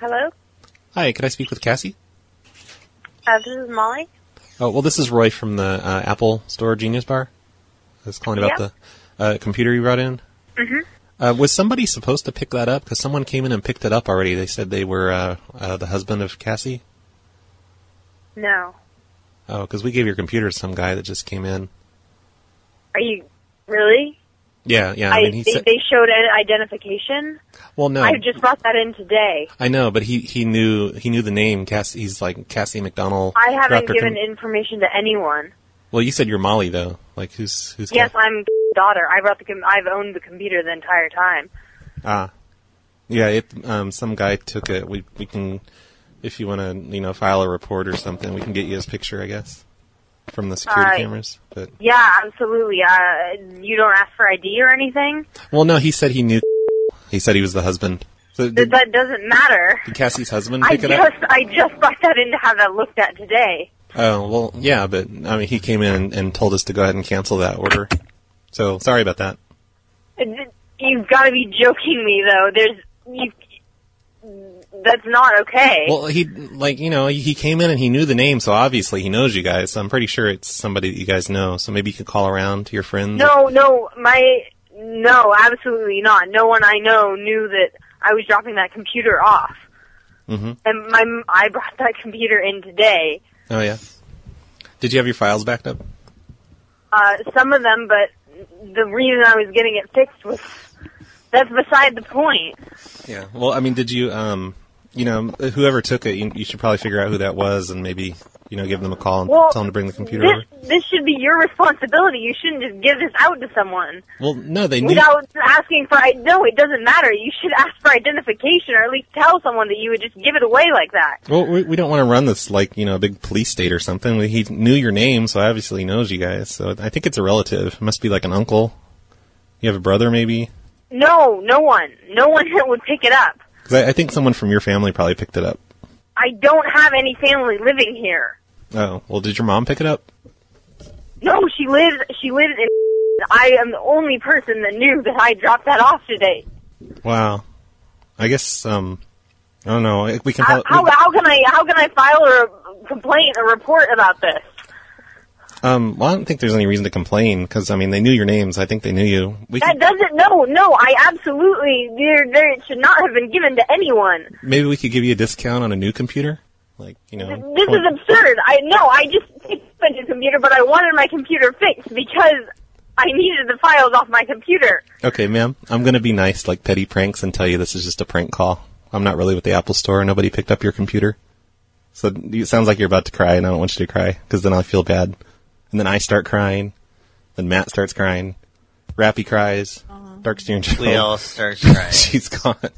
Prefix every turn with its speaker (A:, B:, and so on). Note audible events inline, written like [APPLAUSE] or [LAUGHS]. A: Hello?
B: Hi, could I speak with Cassie?
A: Uh, this is Molly.
B: Oh, well, this is Roy from the uh, Apple Store Genius Bar. I was calling about
A: Yeah.
B: the uh, computer you brought in.
A: Mhm.
B: Uh, was somebody supposed to pick that up? Because someone came in and picked it up already. They said they were uh, uh, the husband of Cassie.
A: No.
B: Oh, because we gave your computer to some guy that just came in.
A: Are you really?
B: Yeah, yeah. I, mean, he
A: they,
B: said.
A: they showed an identification.
B: Well, no,
A: I just brought that in today.
B: I know, but he he knew he knew the name. Cassie, he's like Cassie McDonald.
A: I haven't
B: Dr.
A: given
B: Com-
A: information to anyone.
B: Well, you said you're Molly though. Like who's who's?
A: Yes, I'm daughter. I brought the. Com- I've owned the computer the entire time.
B: Ah, yeah. It um, some guy took it. We we can, if you want to, you know, file a report or something, we can get you his picture, I guess, from the security
A: Uh,
B: cameras. But
A: Yeah, absolutely. Uh, you don't ask for ID or anything.
B: well, no, he said he knew. He said he was the husband. So
A: Th-
B: did,
A: that doesn't matter.
B: did Cassie's husband
A: I
B: pick it up?
A: just, I just brought that in to have that looked at today.
B: Oh well, yeah, but I mean, he came in and told us to go ahead and cancel that order. So sorry about that.
A: It- You've got to be joking me, though. There's, you, that's not okay.
B: Well, he like you know he came in and he knew the name, so obviously he knows you guys. So I'm pretty sure it's somebody that you guys know. So maybe you could call around to your friends.
A: No, no, my no, absolutely not. No one I know knew that I was dropping that computer off,
B: hmm
A: and my I brought that computer in today.
B: Oh yeah. Did you have your files backed up?
A: Uh, some of them, but the reason I was getting it fixed was that's beside the point.
B: Yeah. Well, I mean, did you, um, you know, whoever took it, you, you should probably figure out who that was and maybe, you know, give them a call and
A: Well,
B: tell them to bring the computer over.
A: This this should be your responsibility. You shouldn't just give this out to someone
B: Well, no, they knew.
A: without asking for. I- No, it doesn't matter. You should ask for identification, or at least tell someone that you would just give it away like that.
B: well, we, we don't want to run this like, you know, a big police state or something. He knew your name, so obviously he knows you guys. So I think it's a relative. It must be like an uncle. You have a brother, maybe?
A: No, no one, no one [LAUGHS] would pick it up.
B: Because I, I think someone from your family probably picked it up.
A: I don't have any family living here.
B: Oh, well, did your mom pick it up?
A: No, she lives. She lives in. I am the only person that knew that I dropped that off today.
B: Wow. I guess, um, I don't know. We can
A: How,
B: probably.
A: how, how can I? How can I file a complaint, a report about this?
B: Um, well, I don't think there's any reason to complain because I mean they knew your names. I think they knew you. We
A: That
B: could,
A: doesn't. No, no. I absolutely. There, there. It should not have been given to anyone.
B: maybe we could give you a discount on a new computer, like you know.
A: This is absurd. I no. I just fixed my computer, but I wanted my computer fixed because I needed the files off my computer.
B: okay, ma'am. I'm gonna be nice, like petty pranks, and tell you this is just a prank call. I'm not really with the Apple Store. Nobody picked up your computer, so it sounds like you're about to cry, and I don't want you to cry because then I feel bad, and then I start crying, then Matt starts crying, Rappy cries, Dark Steering [LAUGHS]
C: We all start crying.
B: She's gone.